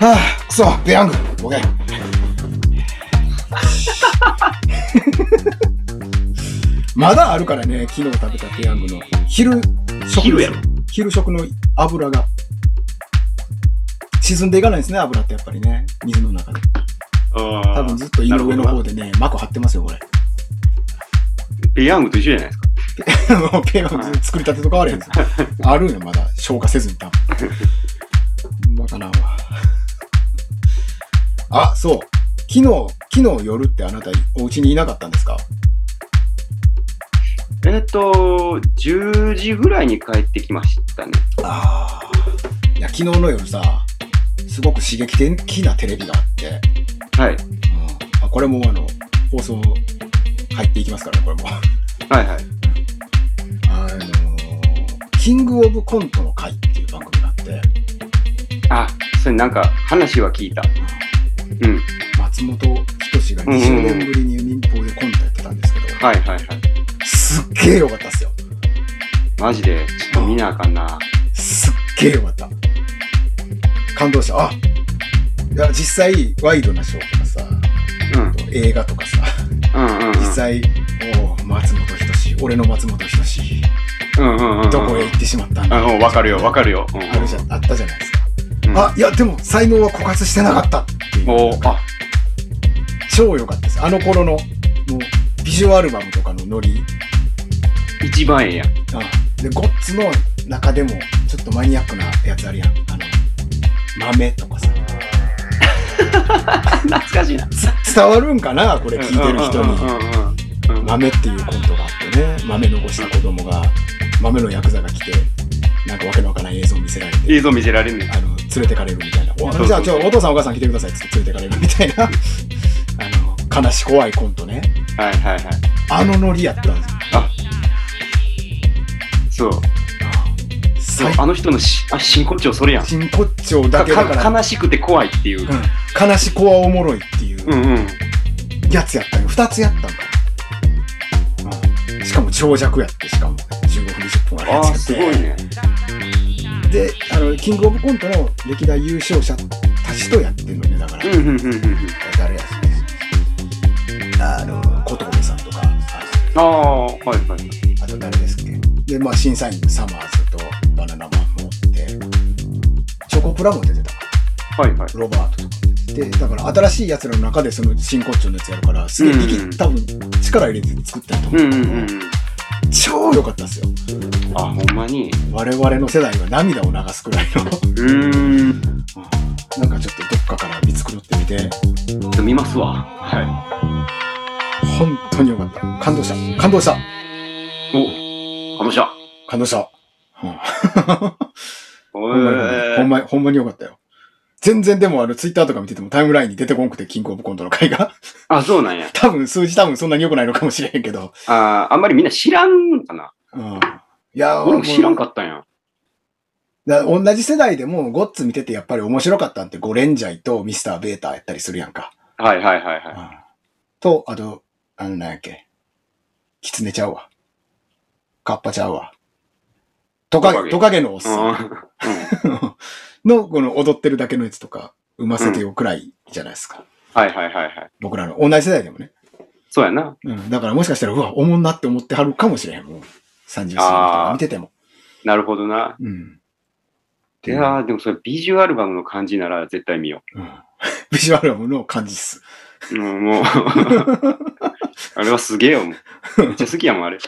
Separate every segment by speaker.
Speaker 1: 아, 써, 배양. 오케이.ま だあるからね、昨日食べたペヤングの昼食
Speaker 2: 昼やろ。
Speaker 1: 昼食の油が沈んでいかないんですね、油ってやっぱりね、水の中で。
Speaker 2: あ
Speaker 1: 多
Speaker 2: あ
Speaker 1: 分。ずっと井上の方でね、膜張ってますよ、これ。
Speaker 2: ペヤングと一緒じゃないですか。
Speaker 1: もうペヤング作りたてとかあるやつ。あるよ、まだ消化せずに多分。まかなわ。あ、そう。昨日、昨日夜ってあなたお家にいなかったんですか
Speaker 2: えっと、10時ぐらいに帰ってきましたね。
Speaker 1: ああ。いや、昨日の夜さ、すごく刺激的なテレビがあって、
Speaker 2: はい。
Speaker 1: うん、あこれもあの、放送入っていきますからね、これも。
Speaker 2: はいはい。
Speaker 1: あの、キングオブコントの会っていう番組があって、
Speaker 2: あ、それなんか話は聞いた。うん。
Speaker 1: 松本人志が20年ぶりに民放でコントやってたんですけど、
Speaker 2: はいはいはい。
Speaker 1: すっげえ良かったっすよ。
Speaker 2: マジで、ちょっと見なあかんな。
Speaker 1: すっげえ良かった。感動した。あいや実際、ワイドなショーとかさ、
Speaker 2: うん。
Speaker 1: 映画とかさ、
Speaker 2: うんうんうん。
Speaker 1: 実際、おう松本人志、俺の松本人志、
Speaker 2: うんうんうんうん。
Speaker 1: どこへ行ってしまったんだ、
Speaker 2: うん、わかるよ、わかるよ。うん
Speaker 1: あるじゃあったじゃないですか。
Speaker 2: うん
Speaker 1: あ、いや、でも、才能は枯渇してなかったっていう。
Speaker 2: おーあ、
Speaker 1: 超良かったです。あの頃の、もう、ビジュアルバムとかのノリ、
Speaker 2: 一番ええやん。
Speaker 1: うんで、ゴッツの中でも、ちょっとマニアックなやつあるやん。あの、豆とかさ。
Speaker 2: 懐かしいな。
Speaker 1: つ伝わるんかなこれ聞いてる人
Speaker 2: うん
Speaker 1: に。
Speaker 2: うんうんうんうん。
Speaker 1: 豆っていうコントがあってね、豆残した子供が、豆のヤクザが来て、なんかわけのわからない映像見せられて、
Speaker 2: 映像見せられんねん。
Speaker 1: あの、連れてかれるみたいな。
Speaker 2: そうそう
Speaker 1: おじゃあ、ちょ、お父さんお母さん来てくださいっつって連れてかれるみたいな。 あの、悲し怖いコントね。
Speaker 2: はいはいはい。
Speaker 1: あのノリやったんですよ。
Speaker 2: そう。そう
Speaker 1: 最
Speaker 2: あの人のしあ真骨頂それやん。
Speaker 1: 新骨頂だ
Speaker 2: か
Speaker 1: けだから、
Speaker 2: か悲しくて怖いっていう。
Speaker 1: うん悲し怖おもろいっていう。
Speaker 2: うんうん。
Speaker 1: やつやったよ。二つやったんか。しかも長尺やって、しかも15分、20分ある
Speaker 2: あ
Speaker 1: や
Speaker 2: あ
Speaker 1: つや
Speaker 2: ー、
Speaker 1: って。
Speaker 2: すごいね。
Speaker 1: で、あの、キングオブコントの歴代優勝者たちとやってんのね、だから。
Speaker 2: うんうんうんうんうん。
Speaker 1: 誰やしね。あの、小峠さんとか、あ
Speaker 2: ああ、はいはい。
Speaker 1: あと誰ですっけ。で、まあ、審査員サマーズとバナナマンもおって、チョコプラも出てた。
Speaker 2: はいはい。
Speaker 1: ロバートとかも出てて。だから新しいやつらの中でその真骨頂のやつやるから、すげえ力、
Speaker 2: うん
Speaker 1: 多分力入れて作ってると思
Speaker 2: う
Speaker 1: う。
Speaker 2: んうんうんうん。
Speaker 1: 超良かったですよ。
Speaker 2: あ、ほんまに。
Speaker 1: 我々の世代が涙を流すくらいの
Speaker 2: うー
Speaker 1: な
Speaker 2: ん。
Speaker 1: んかちょっとどっかから見繕ってみて
Speaker 2: ちょっと見ますわ。は
Speaker 1: 本当によかった感動した感動した
Speaker 2: い。お、かもしゃ。
Speaker 1: 感動した、 うん
Speaker 2: お
Speaker 1: ほんまにほんまにほんまによかったよ全然でもあのツイッターとか見ててもタイムラインに出てこんくてキングオブコントの回が
Speaker 2: あ、そうなんや。
Speaker 1: 多分数字多分そんなに良くないのかもしれへんけど、
Speaker 2: あーあんまりみんな知らんかな。
Speaker 1: うん、いや
Speaker 2: 俺も知らんか
Speaker 1: っ
Speaker 2: ったんや。
Speaker 1: た同じ世代でもゴッツ見ててやっぱり面白かったんってゴレンジャイとミスターベーターやったりするやんか、
Speaker 2: はいはいはい
Speaker 1: うん
Speaker 2: は
Speaker 1: とあとあのなんやっけキツネちゃうわカッパちゃうわトカゲ、ト
Speaker 2: ト
Speaker 1: カゲのおっ
Speaker 2: い。う
Speaker 1: さん
Speaker 2: ん。
Speaker 1: の、この踊ってるだけのやつとか、産ませてよくらいじゃないですか。
Speaker 2: はいはいはいはい。
Speaker 1: 僕らの、同じ世代でもね。
Speaker 2: そうやな。
Speaker 1: うん。だからもしかしたら、うわ、おもんなって思ってはるかもしれへん。もう、30歳とか見てても。
Speaker 2: なるほどな。
Speaker 1: うん。
Speaker 2: いやーでもそれビジュアルバムの感じなら絶対見よ
Speaker 1: うん。ビジュアルアムの感じっす。
Speaker 2: う。うん、 もう。あれはすげえよ。もうめっちゃ好きやもん、あ れ。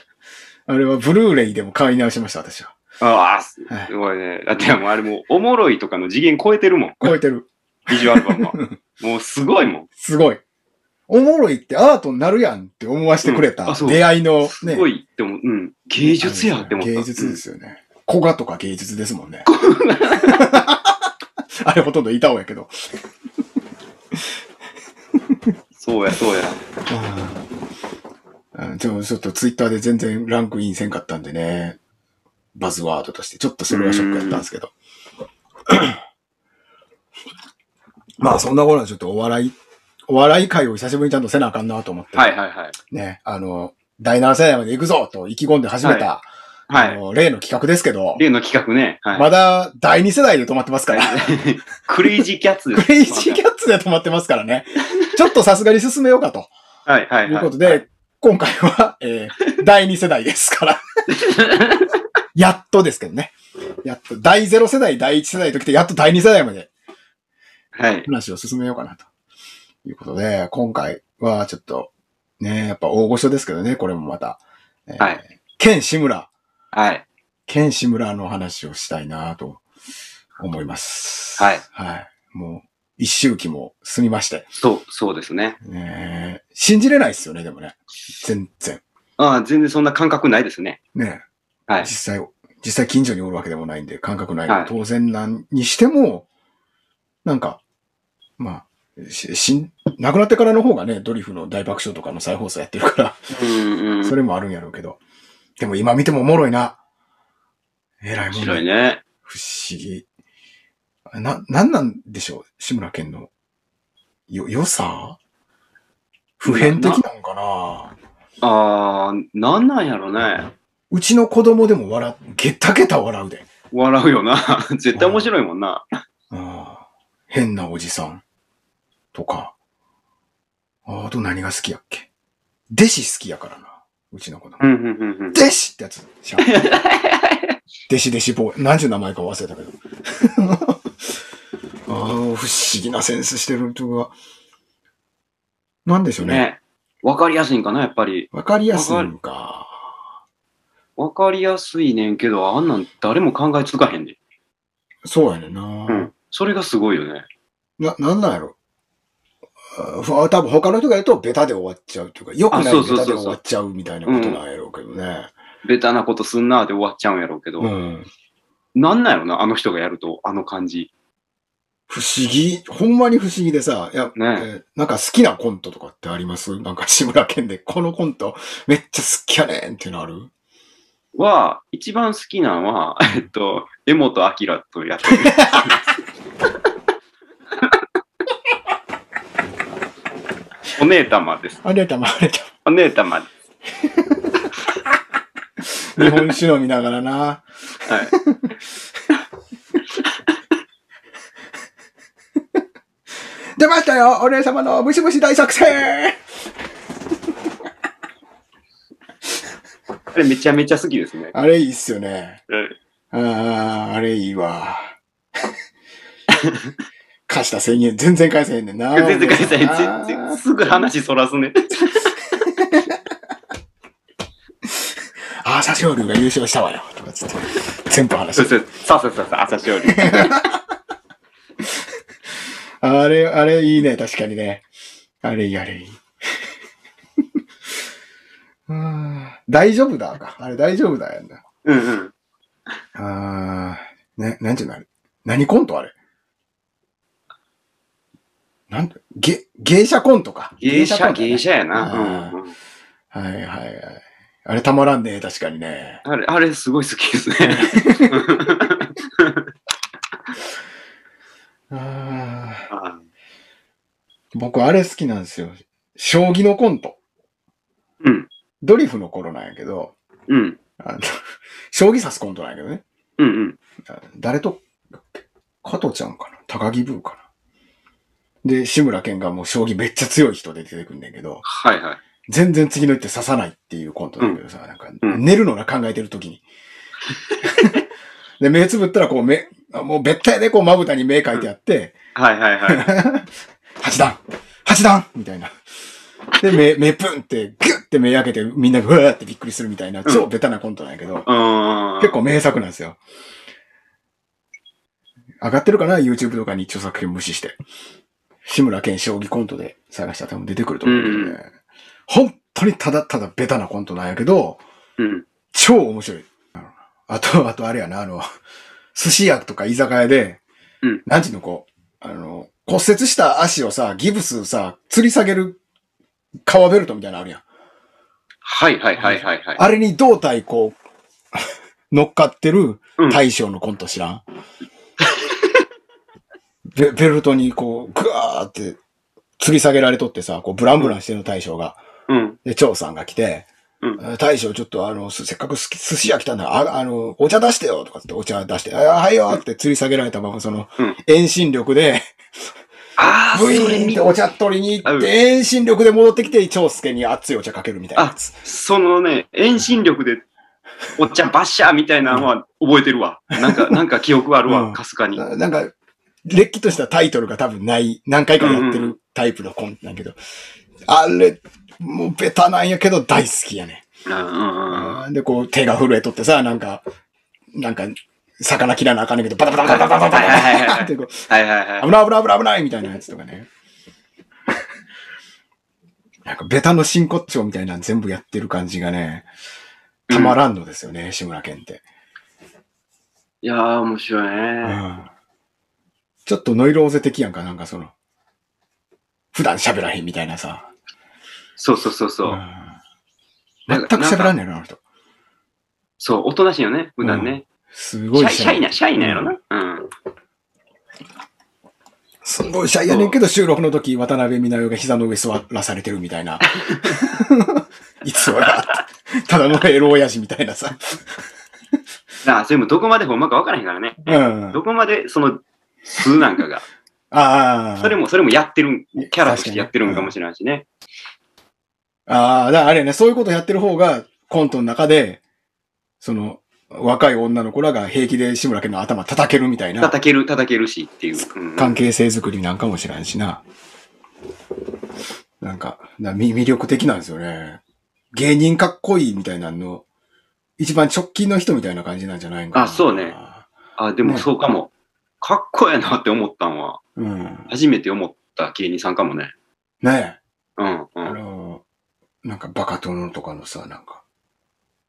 Speaker 1: あれはブルーレイでも買い直しました、私は。
Speaker 2: ああ、す
Speaker 1: はい
Speaker 2: ごいね。だってもうあれもう、おもろいとかの次元超えてるもん。
Speaker 1: 超えてる。
Speaker 2: ビジュアル バムは。もうすごいも
Speaker 1: すごい。おもろいってアートになるやんって思わせてくれ
Speaker 2: うん
Speaker 1: た
Speaker 2: あそう
Speaker 1: 出会いのね
Speaker 2: ん。。すごいって思う。うん。芸術やって思った。
Speaker 1: 芸術ですよね。古賀とか芸術ですもんね。 あれほとんどいたおやけど。
Speaker 2: そうや、そうや。
Speaker 1: うんでもちょっとツイッターで全然ランクインせんかったんでね。バズワードとして。ちょっとそれはショックやったんですけど。まあそんな頃はちょっとお笑い、お笑い会を久しぶりにちゃんとせなあかんなと思って。
Speaker 2: はいはいはい。
Speaker 1: ね、あの、第7世代まで行くぞと意気込んで始めた、
Speaker 2: は
Speaker 1: あ
Speaker 2: い。
Speaker 1: の例の企画ですけど、
Speaker 2: 例の企画ね。はい。
Speaker 1: まだ第2世代で止まってますから。
Speaker 2: クレイジーキャッツで
Speaker 1: ク
Speaker 2: す。
Speaker 1: レイジーキャッツで止まってますからね。ちょっとさすがに進めようかと
Speaker 2: はいはいい。
Speaker 1: うこと
Speaker 2: はい
Speaker 1: で、今回は、え ー第2世代ですから。やっとですけどね。やっと、第0世代、第1世代ときて、やっと第2世代まで
Speaker 2: はい。
Speaker 1: 話を進めようかなと。いうことで、今回はちょっと、ね、やっぱ大御所ですけどね、これもまた。えー
Speaker 2: はい。
Speaker 1: ケン・シムラ、
Speaker 2: はい。
Speaker 1: ケン・シムラの話をしたいなと思います。
Speaker 2: はい。
Speaker 1: はい。もう、一周期も済みまして。
Speaker 2: そう、そうですね。
Speaker 1: ねえ、信じれないですよね、でもね。全然。
Speaker 2: ああ、全然そんな感覚ないですね。
Speaker 1: ねえ
Speaker 2: はい
Speaker 1: 実。際、実際近所におるわけでもないんで、感覚ない。
Speaker 2: はい
Speaker 1: 当然なんにしても、なんか、まあ、し、しん、亡くなってからの方がね、ドリフの大爆笑とかの再放送やってるか
Speaker 2: うんう
Speaker 1: ら、
Speaker 2: ん。
Speaker 1: それもあるんやろうけど。でも今見てもおもろいな。えらい
Speaker 2: 面
Speaker 1: もん
Speaker 2: 白いね。
Speaker 1: 不思議。な、なんなんでしょう志村けんの、よ、良さ普遍的なんかな
Speaker 2: ああ、なんなんやろね。
Speaker 1: うちの子供でも笑う、ゲタゲタ笑うで。
Speaker 2: 笑うよな。 絶対面白いもんな。
Speaker 1: あー変なおじさん。とか。あーあと何が好きやっけ弟子好きやからな。うちの子供。
Speaker 2: うんうんうんうん。
Speaker 1: 弟子ってやつ。し ゃ弟子弟子坊。何ていう名前か忘れたけど。 ああ、不思議なセンスしてる人が。なんでしょうね。
Speaker 2: ね。わかりやすいんかな、やっぱり。
Speaker 1: わ、かりやすいんか。
Speaker 2: わかりやすいねんけど、あんなん誰も考えつかへんで。
Speaker 1: そうやねんな。
Speaker 2: うん。それがすごいよね。
Speaker 1: な、なんなんやろ。あふ多分他の人がやるとベタで終わっちゃうというか、良くな
Speaker 2: あそ
Speaker 1: いうベ
Speaker 2: そうそ
Speaker 1: タ
Speaker 2: う
Speaker 1: で
Speaker 2: そう
Speaker 1: 終わっちゃうみたいなことなんやろうけどね。
Speaker 2: ベタなことすんなーで終わっちゃうんやろうけど。
Speaker 1: うん。
Speaker 2: なんなんやろな、あの人がやると、あの感じ。
Speaker 1: 不思議、ほんまに不思議でさ、いや、え
Speaker 2: ね。
Speaker 1: ーなんか好きなコントとかってありますなんか志村けんで、このコントめっちゃ好きやねんっていうのある
Speaker 2: は、一番好きなんは、 えっと、江本明とやってる。 お姉たまです。
Speaker 1: あれたまあれた
Speaker 2: お姉たまで
Speaker 1: ま。日本酒飲みながらな。
Speaker 2: す。はい。
Speaker 1: 出ましたよお姉様のムシムシ大作戦
Speaker 2: あれめちゃめちゃ好きですね。
Speaker 1: あれいいっすよね。
Speaker 2: うん
Speaker 1: ああ、あれいい わ。貸した1000円、全然返せへんねんな。
Speaker 2: 全然返せへん
Speaker 1: お姉さ
Speaker 2: 全
Speaker 1: ん
Speaker 2: 然
Speaker 1: な
Speaker 2: すぐ話そらすね。
Speaker 1: ああ、サシオルが優勝したわよ。とかつって、全部話
Speaker 2: そう
Speaker 1: して。
Speaker 2: そう。さあさあさあさあ、朝青龍。
Speaker 1: あれ、あれいいね、確かにね。あれいい、あれいい。 あー大丈夫だか。あれ大丈夫だやんな。
Speaker 2: うんうん。
Speaker 1: ああ、ね、なんていうのあれ。何コントあれ。なんて、げ、芸者コントか。
Speaker 2: 芸者、
Speaker 1: コントね
Speaker 2: 芸者や
Speaker 1: あ
Speaker 2: な。うんう
Speaker 1: は
Speaker 2: ん。
Speaker 1: いはいはい。あれたまらんね、確かにね。
Speaker 2: あれ、あれすごい好きですね。
Speaker 1: あー
Speaker 2: あ
Speaker 1: 僕あれ好きなんですよ。将棋のコント。
Speaker 2: うん。
Speaker 1: ドリフの頃なんやけど、
Speaker 2: うん。
Speaker 1: あの 将棋指すコントなんやけどね。
Speaker 2: うんうん。
Speaker 1: あ誰と、加藤ちゃんかな高木ブーかなで、志村けんがもう将棋めっちゃ強い人で出てくんねんけど、
Speaker 2: はいはい。
Speaker 1: 全然次の一手指さないっていうコントなんだけどさ、なんか
Speaker 2: うん
Speaker 1: 寝るのな考えてる時 に。で、目つぶったらこう目、あもうべったいでこうまぶたに目描いてあって、
Speaker 2: はいはいはい。
Speaker 1: 八段八段みたいな。で、目、目プンって、ギュッて目開けて、みんながうわーってびっくりするみたいな、超ベタなコントなんやけど、
Speaker 2: うん。
Speaker 1: 結構名作なんですよ。上がってるかな ?YouTube とかに著作権無視して。志村けん将棋コントで探したら多分出てくると思うけどね。
Speaker 2: うんう
Speaker 1: 本当にただただベタなコントなんやけど、
Speaker 2: うん。
Speaker 1: 超面白い。あと、あとあれやな、あの、寿司屋とか居酒屋で、
Speaker 2: うん
Speaker 1: なんちゅうのこう、あの、骨折した足をさ、ギブスさ、吊り下げる革ベルトみたいなのあるやん。
Speaker 2: はいはいはいはいはい。
Speaker 1: あれに胴体こう、 乗っかってる
Speaker 2: うん
Speaker 1: 大将のコント知らん、 ベベルトにこう、ぐわーって吊り下げられとってさ、こうブランブランしてる大将が、
Speaker 2: うん。
Speaker 1: で、長さんが来て、
Speaker 2: うん
Speaker 1: あ大将ちょっとあの、すせっかくすき寿司屋来たんだあ、あの、お茶出してよとかってお茶出して、あ、はいよって吊り下げられたまま、その
Speaker 2: うん、
Speaker 1: 遠心力で、
Speaker 2: ああ、そ
Speaker 1: ブイ
Speaker 2: れ
Speaker 1: ーンっ
Speaker 2: 見
Speaker 1: てお茶取りに行
Speaker 2: あ
Speaker 1: っ
Speaker 2: うん
Speaker 1: て、遠心力で戻ってきて、長介に熱いお茶かけるみたいなやつ。
Speaker 2: そのね、遠心力で、おっちゃんバッシャーみたいなのは覚えてるわ。なん か、なんか記憶ある
Speaker 1: うん
Speaker 2: わ、かすかに。
Speaker 1: ななんか、れっきとしたタイトルが多分ない、何回かやって
Speaker 2: うんう
Speaker 1: るタイプのコントだけど、あれ、もうベタなんやけど大好きやね。
Speaker 2: うんうんうん
Speaker 1: で、こう、手が震えとってさ、なんか、なんか、魚切らなあかんねんけど、バタバタバタバタバタ
Speaker 2: はいは
Speaker 1: バ
Speaker 2: いはい
Speaker 1: タ
Speaker 2: は
Speaker 1: っ
Speaker 2: い
Speaker 1: てこう、
Speaker 2: はいはいはい。
Speaker 1: 危ない危ない危ない危ないみたいなやつとかね。なんか、ベタの真骨頂みたいなの全部やってる感じがね、たまらんのですよね、志村けんって。
Speaker 2: いやー、面白
Speaker 1: う
Speaker 2: いね。
Speaker 1: ん。ちょっとノイローゼ的やんか、なんかその、普段喋らへんみたいなさ。
Speaker 2: そうそうそうそうう。
Speaker 1: ん
Speaker 2: な
Speaker 1: 全
Speaker 2: ん
Speaker 1: く
Speaker 2: か
Speaker 1: 喋らんねやろ、あの人。
Speaker 2: そう、おとなしいよね、普段ね。
Speaker 1: す
Speaker 2: シ
Speaker 1: ごい
Speaker 2: ャイシャイな、シャイなんやろな。うん。
Speaker 1: すごいシャイやねんけど、収録の時、渡辺美奈代が膝の上座らされてるみたいな。 いつもやってただのエロ親父みたいなさ。
Speaker 2: ああ、それもどこまでほんまかわからへんからね。
Speaker 1: うん。
Speaker 2: どこまでその数なんかが。
Speaker 1: ああ。
Speaker 2: それも、それもやってるん、キャラとしてやってるんかもしれないしね。
Speaker 1: ああ、だからあれね、そういうことやってる方が、コントの中で、その、若い女の子らが平気で志村けんの頭叩けるみたいな
Speaker 2: 叩ける、叩けるしっていう。うん
Speaker 1: 関係性づくりなんかもしらんしな。なんか、な魅魅力的なんですよね。芸人かっこいいみたいなの、一番直近の人みたいな感じなんじゃないんかな。
Speaker 2: あそうね。あ、でもそうかも。かっこええなって思ったんは、
Speaker 1: うん。
Speaker 2: 初めて思った芸人さんかもね。
Speaker 1: ねえ。
Speaker 2: うん、う
Speaker 1: あ
Speaker 2: ん。
Speaker 1: の、なんかバカ殿とかのさ、なんか、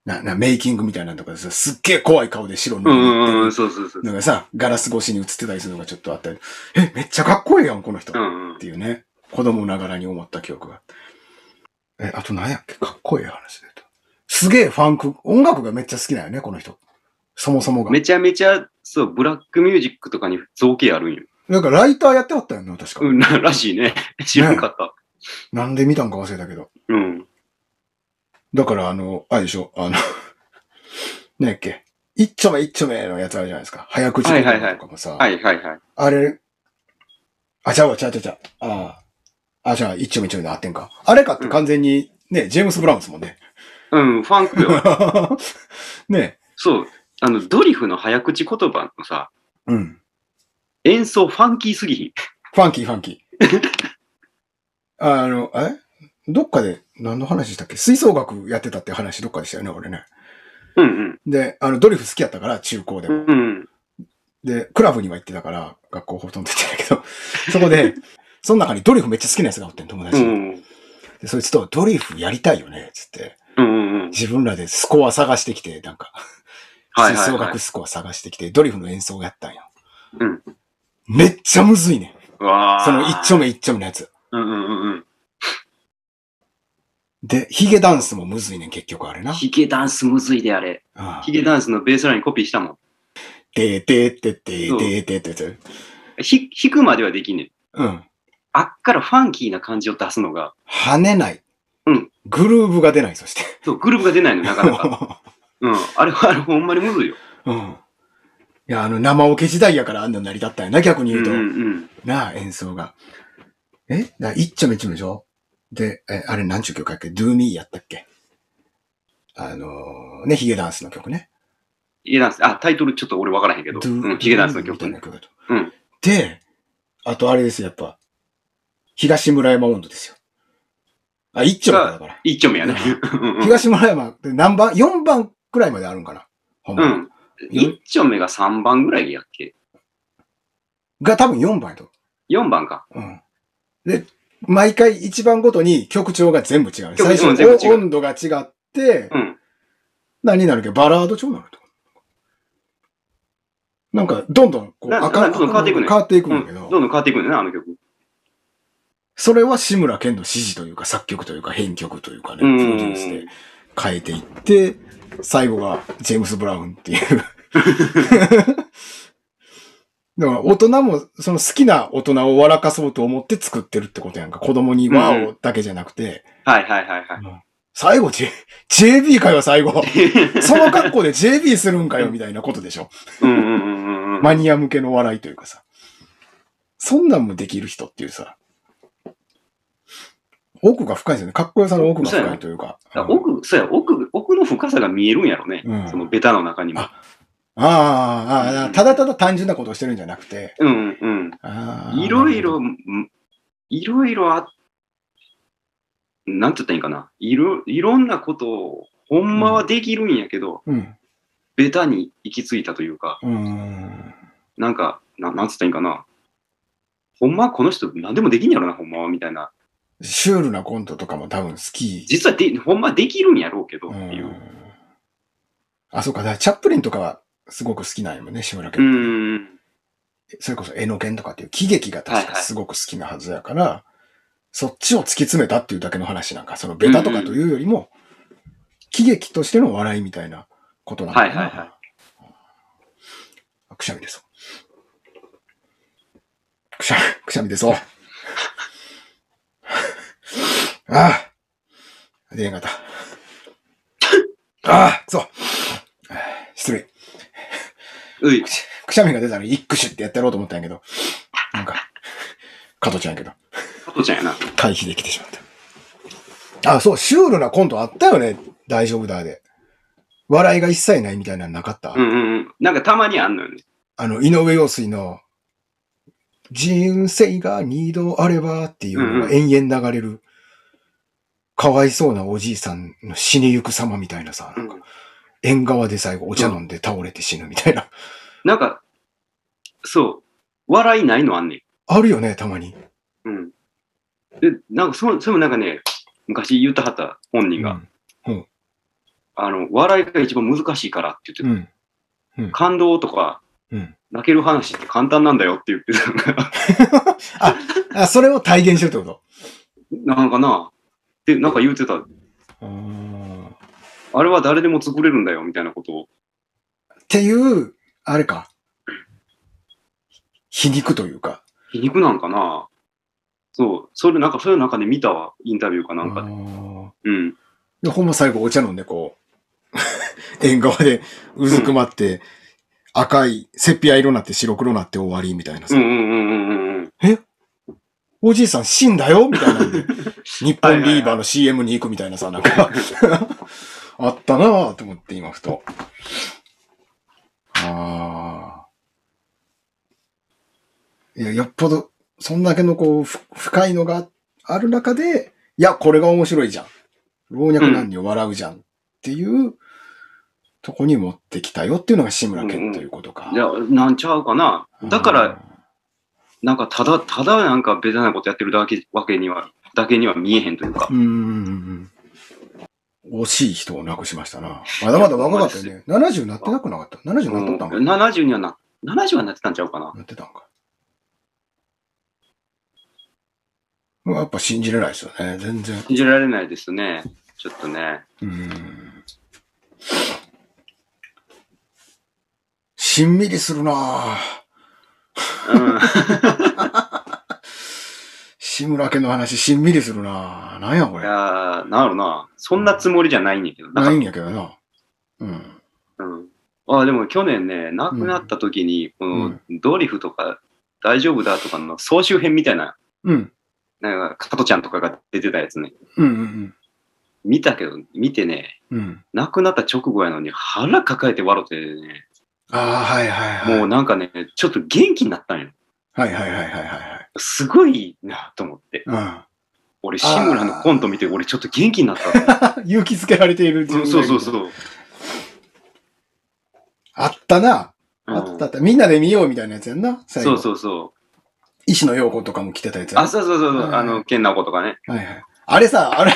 Speaker 1: な、な、メイキングみたいなのとかでさ、すっげえ怖い顔で白
Speaker 2: う
Speaker 1: 塗
Speaker 2: ん
Speaker 1: りに
Speaker 2: う
Speaker 1: なって
Speaker 2: ん
Speaker 1: る
Speaker 2: うん、そうそうそう。
Speaker 1: のがさ、ガラス越しに映ってたりするのがちょっとあったり、え、めっちゃかっこいいやん、この人。
Speaker 2: う
Speaker 1: っ
Speaker 2: んうん
Speaker 1: ていうね、子供ながらに思った記憶が。え、あと何やっけかっこいい話で言うと。すげえファンク、音楽がめっちゃ好きだよね、この人。そもそもが。
Speaker 2: めちゃめちゃ、そう、ブラックミュージックとかに造形あるんよ。
Speaker 1: なんかライターやってはったよね、確か。
Speaker 2: うん、ならしいね。知らんかった。
Speaker 1: なんで見たんか忘れたけど。
Speaker 2: うん。
Speaker 1: だからあの、あれでしょ、あの、 何やっけ。一丁目一丁目のやつあるじゃないですか。早口言葉とかもさ、
Speaker 2: はいはいはい。
Speaker 1: あれ、あ、ちゃうわ、ちゃうちゃうちゃう。ああ。あ、じゃあ、一丁目一丁目で合ってんか。あれかって完全に、ね、ジェームス・ブラウンですもんね。
Speaker 2: うん、ファンク よ。
Speaker 1: ね。
Speaker 2: そう。あの、ドリフの早口言葉のさ、
Speaker 1: うん。
Speaker 2: 演奏ファンキーすぎひん。
Speaker 1: ファンキー、ファンキー。あの、えどっかで、何の話したっけ吹奏楽やってたって話どっかでしたよね、俺ね。
Speaker 2: うん
Speaker 1: で、あの、ドリフ好きやったから、中高で
Speaker 2: う
Speaker 1: も。
Speaker 2: ん。うん。
Speaker 1: で、クラブには行ってたから、学校ほとんど行ってたけど、 そこで、その中にドリフめっちゃ好きなやつがおってん、友
Speaker 2: う
Speaker 1: 達に。
Speaker 2: ん。
Speaker 1: で、そいつと、ドリフやりたいよね、つって。
Speaker 2: うんうん。
Speaker 1: 自分らでスコア探してきて、なんか、
Speaker 2: はいはいはい
Speaker 1: 吹奏楽スコア探してきて、ドリフの演奏をやったんよ。
Speaker 2: うん
Speaker 1: めっちゃむずいね
Speaker 2: うわ
Speaker 1: ん。
Speaker 2: ー
Speaker 1: その一丁目一丁目のやつ。
Speaker 2: うんうんうん
Speaker 1: で、ヒゲダンスもむずいねん、結局あれ
Speaker 2: うん。
Speaker 1: な。
Speaker 2: ヒゲダンスむずいであれ。
Speaker 1: ああ
Speaker 2: ヒゲダンスのベースラインコピーしたもん。
Speaker 1: でででででででで。
Speaker 2: ひ弾くまではできんねん。
Speaker 1: うん。
Speaker 2: あっからファンキーな感じを出すのが、
Speaker 1: 跳ねない。
Speaker 2: うん。
Speaker 1: グルーブが出ない、そして。
Speaker 2: そう、グループが出ないの、なかな か。うん。あれは、あれほんまにむずいよ。
Speaker 1: うん。いや、あの、生オケ時代やからあんな成り立ったんやな、逆に
Speaker 2: う
Speaker 1: 言うんと。
Speaker 2: うん
Speaker 1: なあ、演奏が。えだから一丁目一丁目でしょで、え、あれ何ちゅう曲やっけ ?Do Me やったっけあのー、ね、ヒゲダンスの曲ね。
Speaker 2: ヒゲダンス、あ、タイトルちょっと俺わからへんけど、
Speaker 1: Do-
Speaker 2: うんヒゲダンスの
Speaker 1: Do Me みた
Speaker 2: 曲
Speaker 1: いな
Speaker 2: ね。
Speaker 1: 曲だと。
Speaker 2: うん
Speaker 1: で、あとあれですよ、やっぱ、東村山温度ですよ。あ、一丁目だから。
Speaker 2: 一丁目やね。うん
Speaker 1: 東村山って何番 ?4 番くらいまであるんかなほん
Speaker 2: う
Speaker 1: ま。
Speaker 2: ん。一丁目が3番ぐらいやっけ
Speaker 1: が多分4番やと。
Speaker 2: ?4 番か。
Speaker 1: うん。で、毎回一番ごとに曲調が全部違う。
Speaker 2: 曲調
Speaker 1: 最初
Speaker 2: うん全部違う
Speaker 1: お温度が違って、
Speaker 2: うん。
Speaker 1: 何になるっけバラード調なのとか。なんか、どんどん、こう、
Speaker 2: な
Speaker 1: 明る
Speaker 2: などんどん変わっていくね
Speaker 1: 変わっていく
Speaker 2: うん
Speaker 1: だ
Speaker 2: ん、
Speaker 1: け
Speaker 2: ど
Speaker 1: ど、
Speaker 2: んどん変わっていくんだよな、あの曲。
Speaker 1: それは志村けんの指示というか、作曲というか、編曲というかね、プ
Speaker 2: うん
Speaker 1: ロデュースで変えていって、最後がジェームス・ブラウンって いう。だから大人も、その好きな大人を笑かそうと思って作ってるってことやんか。子供にワオだけじゃなくて、
Speaker 2: はいはいはいはい。
Speaker 1: 最後、J、JB かよ、最 後。その格好で JB するんかよ、みたいなことでしょ。
Speaker 2: うんうんうんうんうん。
Speaker 1: マニア向けの笑いというかさ。そんなんもできる人っていうさ。奥が深いですよね。かっこよさの奥が深いというか。
Speaker 2: だから奥、そうや、奥、奥の深さが見えるんやろね。
Speaker 1: うん
Speaker 2: そのベタの中にも。
Speaker 1: ああああ、ただただ単純なことをしてるんじゃなくて。
Speaker 2: うんうん。
Speaker 1: ああ
Speaker 2: いろい。ろ、んいろいろあ、なんて言ったらいいんかな。いろ、いろんなことを、ほんまはできるんやけど、
Speaker 1: うん。
Speaker 2: ベタに行き着いたというか、
Speaker 1: うん。
Speaker 2: なんか、ななんつったらいいんかな。ほんまはこの人何でもできんやろな、ほんまは、みたいな。
Speaker 1: シュールなコントとかも多分好き。
Speaker 2: 実はで、ほんまはできるんやろうけど、っ
Speaker 1: う
Speaker 2: てい
Speaker 1: ん
Speaker 2: う。。
Speaker 1: あ、そうか。だからチャップリンとかはすごく好きなんやもんね、志村け。
Speaker 2: うんん。
Speaker 1: それこそ絵の剣とかっていう喜劇が確かすごく好きなはずやから、そっちを突き詰めたっていうだけの話なんか、そのベタとかというよりも、喜劇としての笑いみたいなことなんだ。
Speaker 2: はいはいはい
Speaker 1: くしゃみです。くしゃ、くしゃみ です。ああ。出えんかった。ああ、そう。失礼。
Speaker 2: うい。
Speaker 1: くしゃみが出たら、一クシュってやってやろうと思ったんやけど、なんか、加トちゃんやけど、
Speaker 2: 加藤ちゃんやな。
Speaker 1: 回避できてしまった。あ、そう、シュールなコントあったよね。大丈夫だで。笑いが一切ないみたいなのなかった。
Speaker 2: うんうんうん。なんかたまにあんのよね。
Speaker 1: あの、井上陽水の、人生が二度あればっていうのが延々流れる、かわいそうなおじいさんの死にゆく様みたいなさ、なんか
Speaker 2: うん
Speaker 1: 縁側で最後お茶飲んで倒れて死ぬみたいな。
Speaker 2: なんか、そう。笑いないのあんねん。
Speaker 1: あるよね、たまに。
Speaker 2: うん。で、なんかそ、それもなんかね、昔言ったはった本人が、あの、笑いが一番難しいからって言って
Speaker 1: う
Speaker 2: た。
Speaker 1: ん。
Speaker 2: 感動とか、
Speaker 1: うん
Speaker 2: 泣ける話って簡単なんだよって言ってた のが
Speaker 1: あ、それを体現してるってこと
Speaker 2: なんかな、で、なんか言ってた。
Speaker 1: っ
Speaker 2: あれは誰でも作れるんだよみたいなことを。
Speaker 1: ていう、あれか。皮肉というか。
Speaker 2: 皮肉なんかなそう。それなんか、そういう中で見たわ。インタビューかなんか
Speaker 1: あ
Speaker 2: で。
Speaker 1: ー
Speaker 2: うん。
Speaker 1: でほんま最後お茶飲んでこう、 縁側でうずくまって、赤い、セピア色になって白黒になって終わりみたいなさ、
Speaker 2: うんうんうんうんうんうん。
Speaker 1: おじいさん死んだよみたいなん で、日本リーバーの CM に行くみたいなさ、なんか、あったなぁと思って今ふと。ああ。いや、よっぽど、そんだけのこう、ふ深いのがある中で、いや、これが面白いじゃん。老若男女笑うじゃん。っていう、とこに持ってきたよっていうのが志村けんということか。
Speaker 2: じゃあ、なんちゃうかな。だから、、なんか、ただ、ただなんか、ベタなことやってるだけ、わけには、だけには見えへんというか。
Speaker 1: うーん。惜しい人を亡くしましたな。まだまだ若かったよね。70なってなくなかった。70なっとったんか
Speaker 2: うん70にはな、70はなってたんちゃうかな。
Speaker 1: なってたんか。まあやっぱ信じれないですよね。全然。
Speaker 2: 信じられないですね。ちょっとね。
Speaker 1: うーん。しんみりするなぁ。
Speaker 2: うん。
Speaker 1: 志村家の話、しんみりするなぁ。なんやこ
Speaker 2: い
Speaker 1: れ。
Speaker 2: やー、なるな。そんなつもりじゃないんやけどな。
Speaker 1: ないんやけどな。うん。
Speaker 2: うん。あでも去年ね、亡くなった時に、こ
Speaker 1: う
Speaker 2: のドリフとか大丈夫だとかの総集編みたいな、
Speaker 1: うん。
Speaker 2: なんか、加トちゃんとかが出てたやつね。
Speaker 1: うんうん
Speaker 2: 見たけど、見てね、
Speaker 1: うん。うん。
Speaker 2: 亡くなった直後やのに腹抱えて笑ってね、
Speaker 1: ああ、はいはいはい。
Speaker 2: もうなんかね、ちょっと元気になったんよ。
Speaker 1: はいはいはいはいはいはい。
Speaker 2: すごいなと思って。
Speaker 1: うん。
Speaker 2: 俺、志村のコント見て、俺ちょっと元気になったわ。
Speaker 1: 勇気づけられている自
Speaker 2: う
Speaker 1: 分
Speaker 2: ん
Speaker 1: がい
Speaker 2: そう
Speaker 1: る
Speaker 2: そうそう。
Speaker 1: あったな。
Speaker 2: うん
Speaker 1: あったあった。みんなで見ようみたいなやつやんな。最後。
Speaker 2: そうそうそう。
Speaker 1: 石野陽子とかも来てたやつや
Speaker 2: あ、そうそうそうそう、
Speaker 1: はい
Speaker 2: あの、健直子とかね。
Speaker 1: はいはい。あれさ、あれ、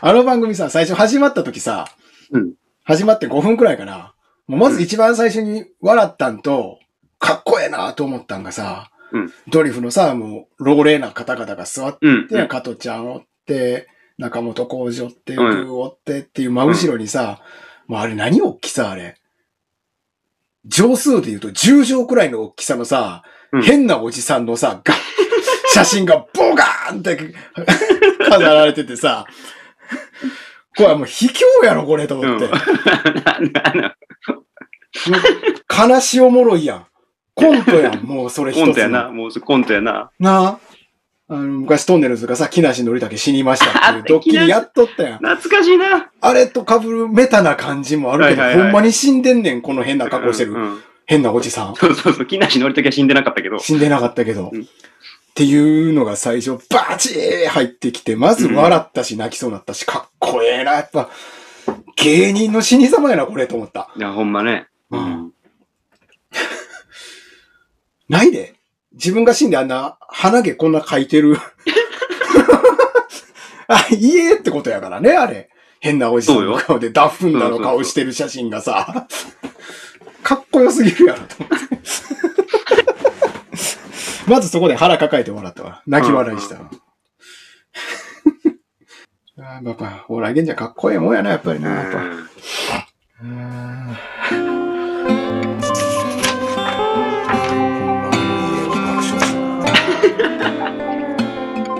Speaker 1: あの番組さ、最初始まった時さ、
Speaker 2: うん
Speaker 1: 始まって5分くらいかな。もうまず一番最初に笑ったんと、かっこええなと思ったんがさ、
Speaker 2: うん
Speaker 1: ドリフのさ、もう、老齢な方々が座っ
Speaker 2: うん。
Speaker 1: て、加藤ちゃんおって、中本浩二おって、ル
Speaker 2: うん
Speaker 1: ーおってっていう真後ろにさ、まああれ何大きさあれ。乗数で言うと10畳くらいの大きさのさ、
Speaker 2: うん
Speaker 1: 変なおじさんの さ、が写真がボガーンって飾られててさ、これはもう卑怯やろ、これ、と 思って。
Speaker 2: うん。なな
Speaker 1: 悲しおもろいやん。コントやん、もうそれ一つ
Speaker 2: コ
Speaker 1: の。
Speaker 2: ントやな。もうそコントやな。
Speaker 1: なあ。あの、昔トンネルズがさ、木梨憲武死にましたっていうドッキリやっとったやん。
Speaker 2: 懐かしいな。
Speaker 1: あれと被るメタな感じもあるけど、
Speaker 2: はいはいはい
Speaker 1: ほんまに死んでんねん、この変な格好してる。
Speaker 2: うんうん
Speaker 1: 変なおじさん。
Speaker 2: そうそうそう。木梨憲武は死んでなかったけど。
Speaker 1: 死んでなかったけど。
Speaker 2: うん
Speaker 1: っていうのが最初、バチー入ってきて、まず笑ったし、泣きそうになったし、かっこええな、やっぱ、芸人の死に様やな、これ、と思った。
Speaker 2: いや、ほんまね。
Speaker 1: うん。ないで。自分が死んであんな、鼻毛こんな描いてる。あ、いいえってことやからね、あれ。変なおじさんの顔でダフンなの顔してる写真がさ、かっこよすぎるやろ、と思って。まずそこで腹抱えて笑ったわ。泣き笑いしたわ。あーやっぱ、ほら、現ゃかっこええもんやな、やっぱりな、やっぱ。
Speaker 2: うん
Speaker 1: うーん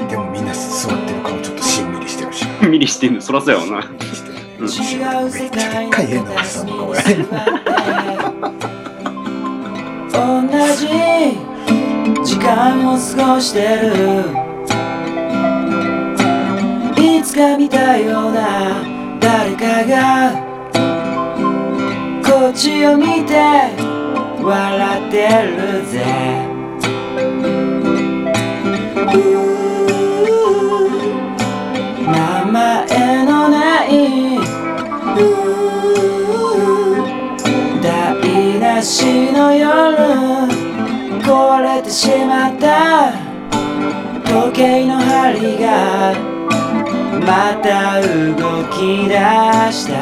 Speaker 1: でもみんな座ってる顔ちょっとしんみりしてるし。
Speaker 2: ミリしてんの、そらそうやわな。
Speaker 1: めっちゃでっかい変なおじさんの顔や。
Speaker 3: 同じ時間を過ごしてるいつか見たような誰かがこっちを見て笑ってるぜうー名前のないうー台無しの夜壊れてしまった時計の針がまた動き出した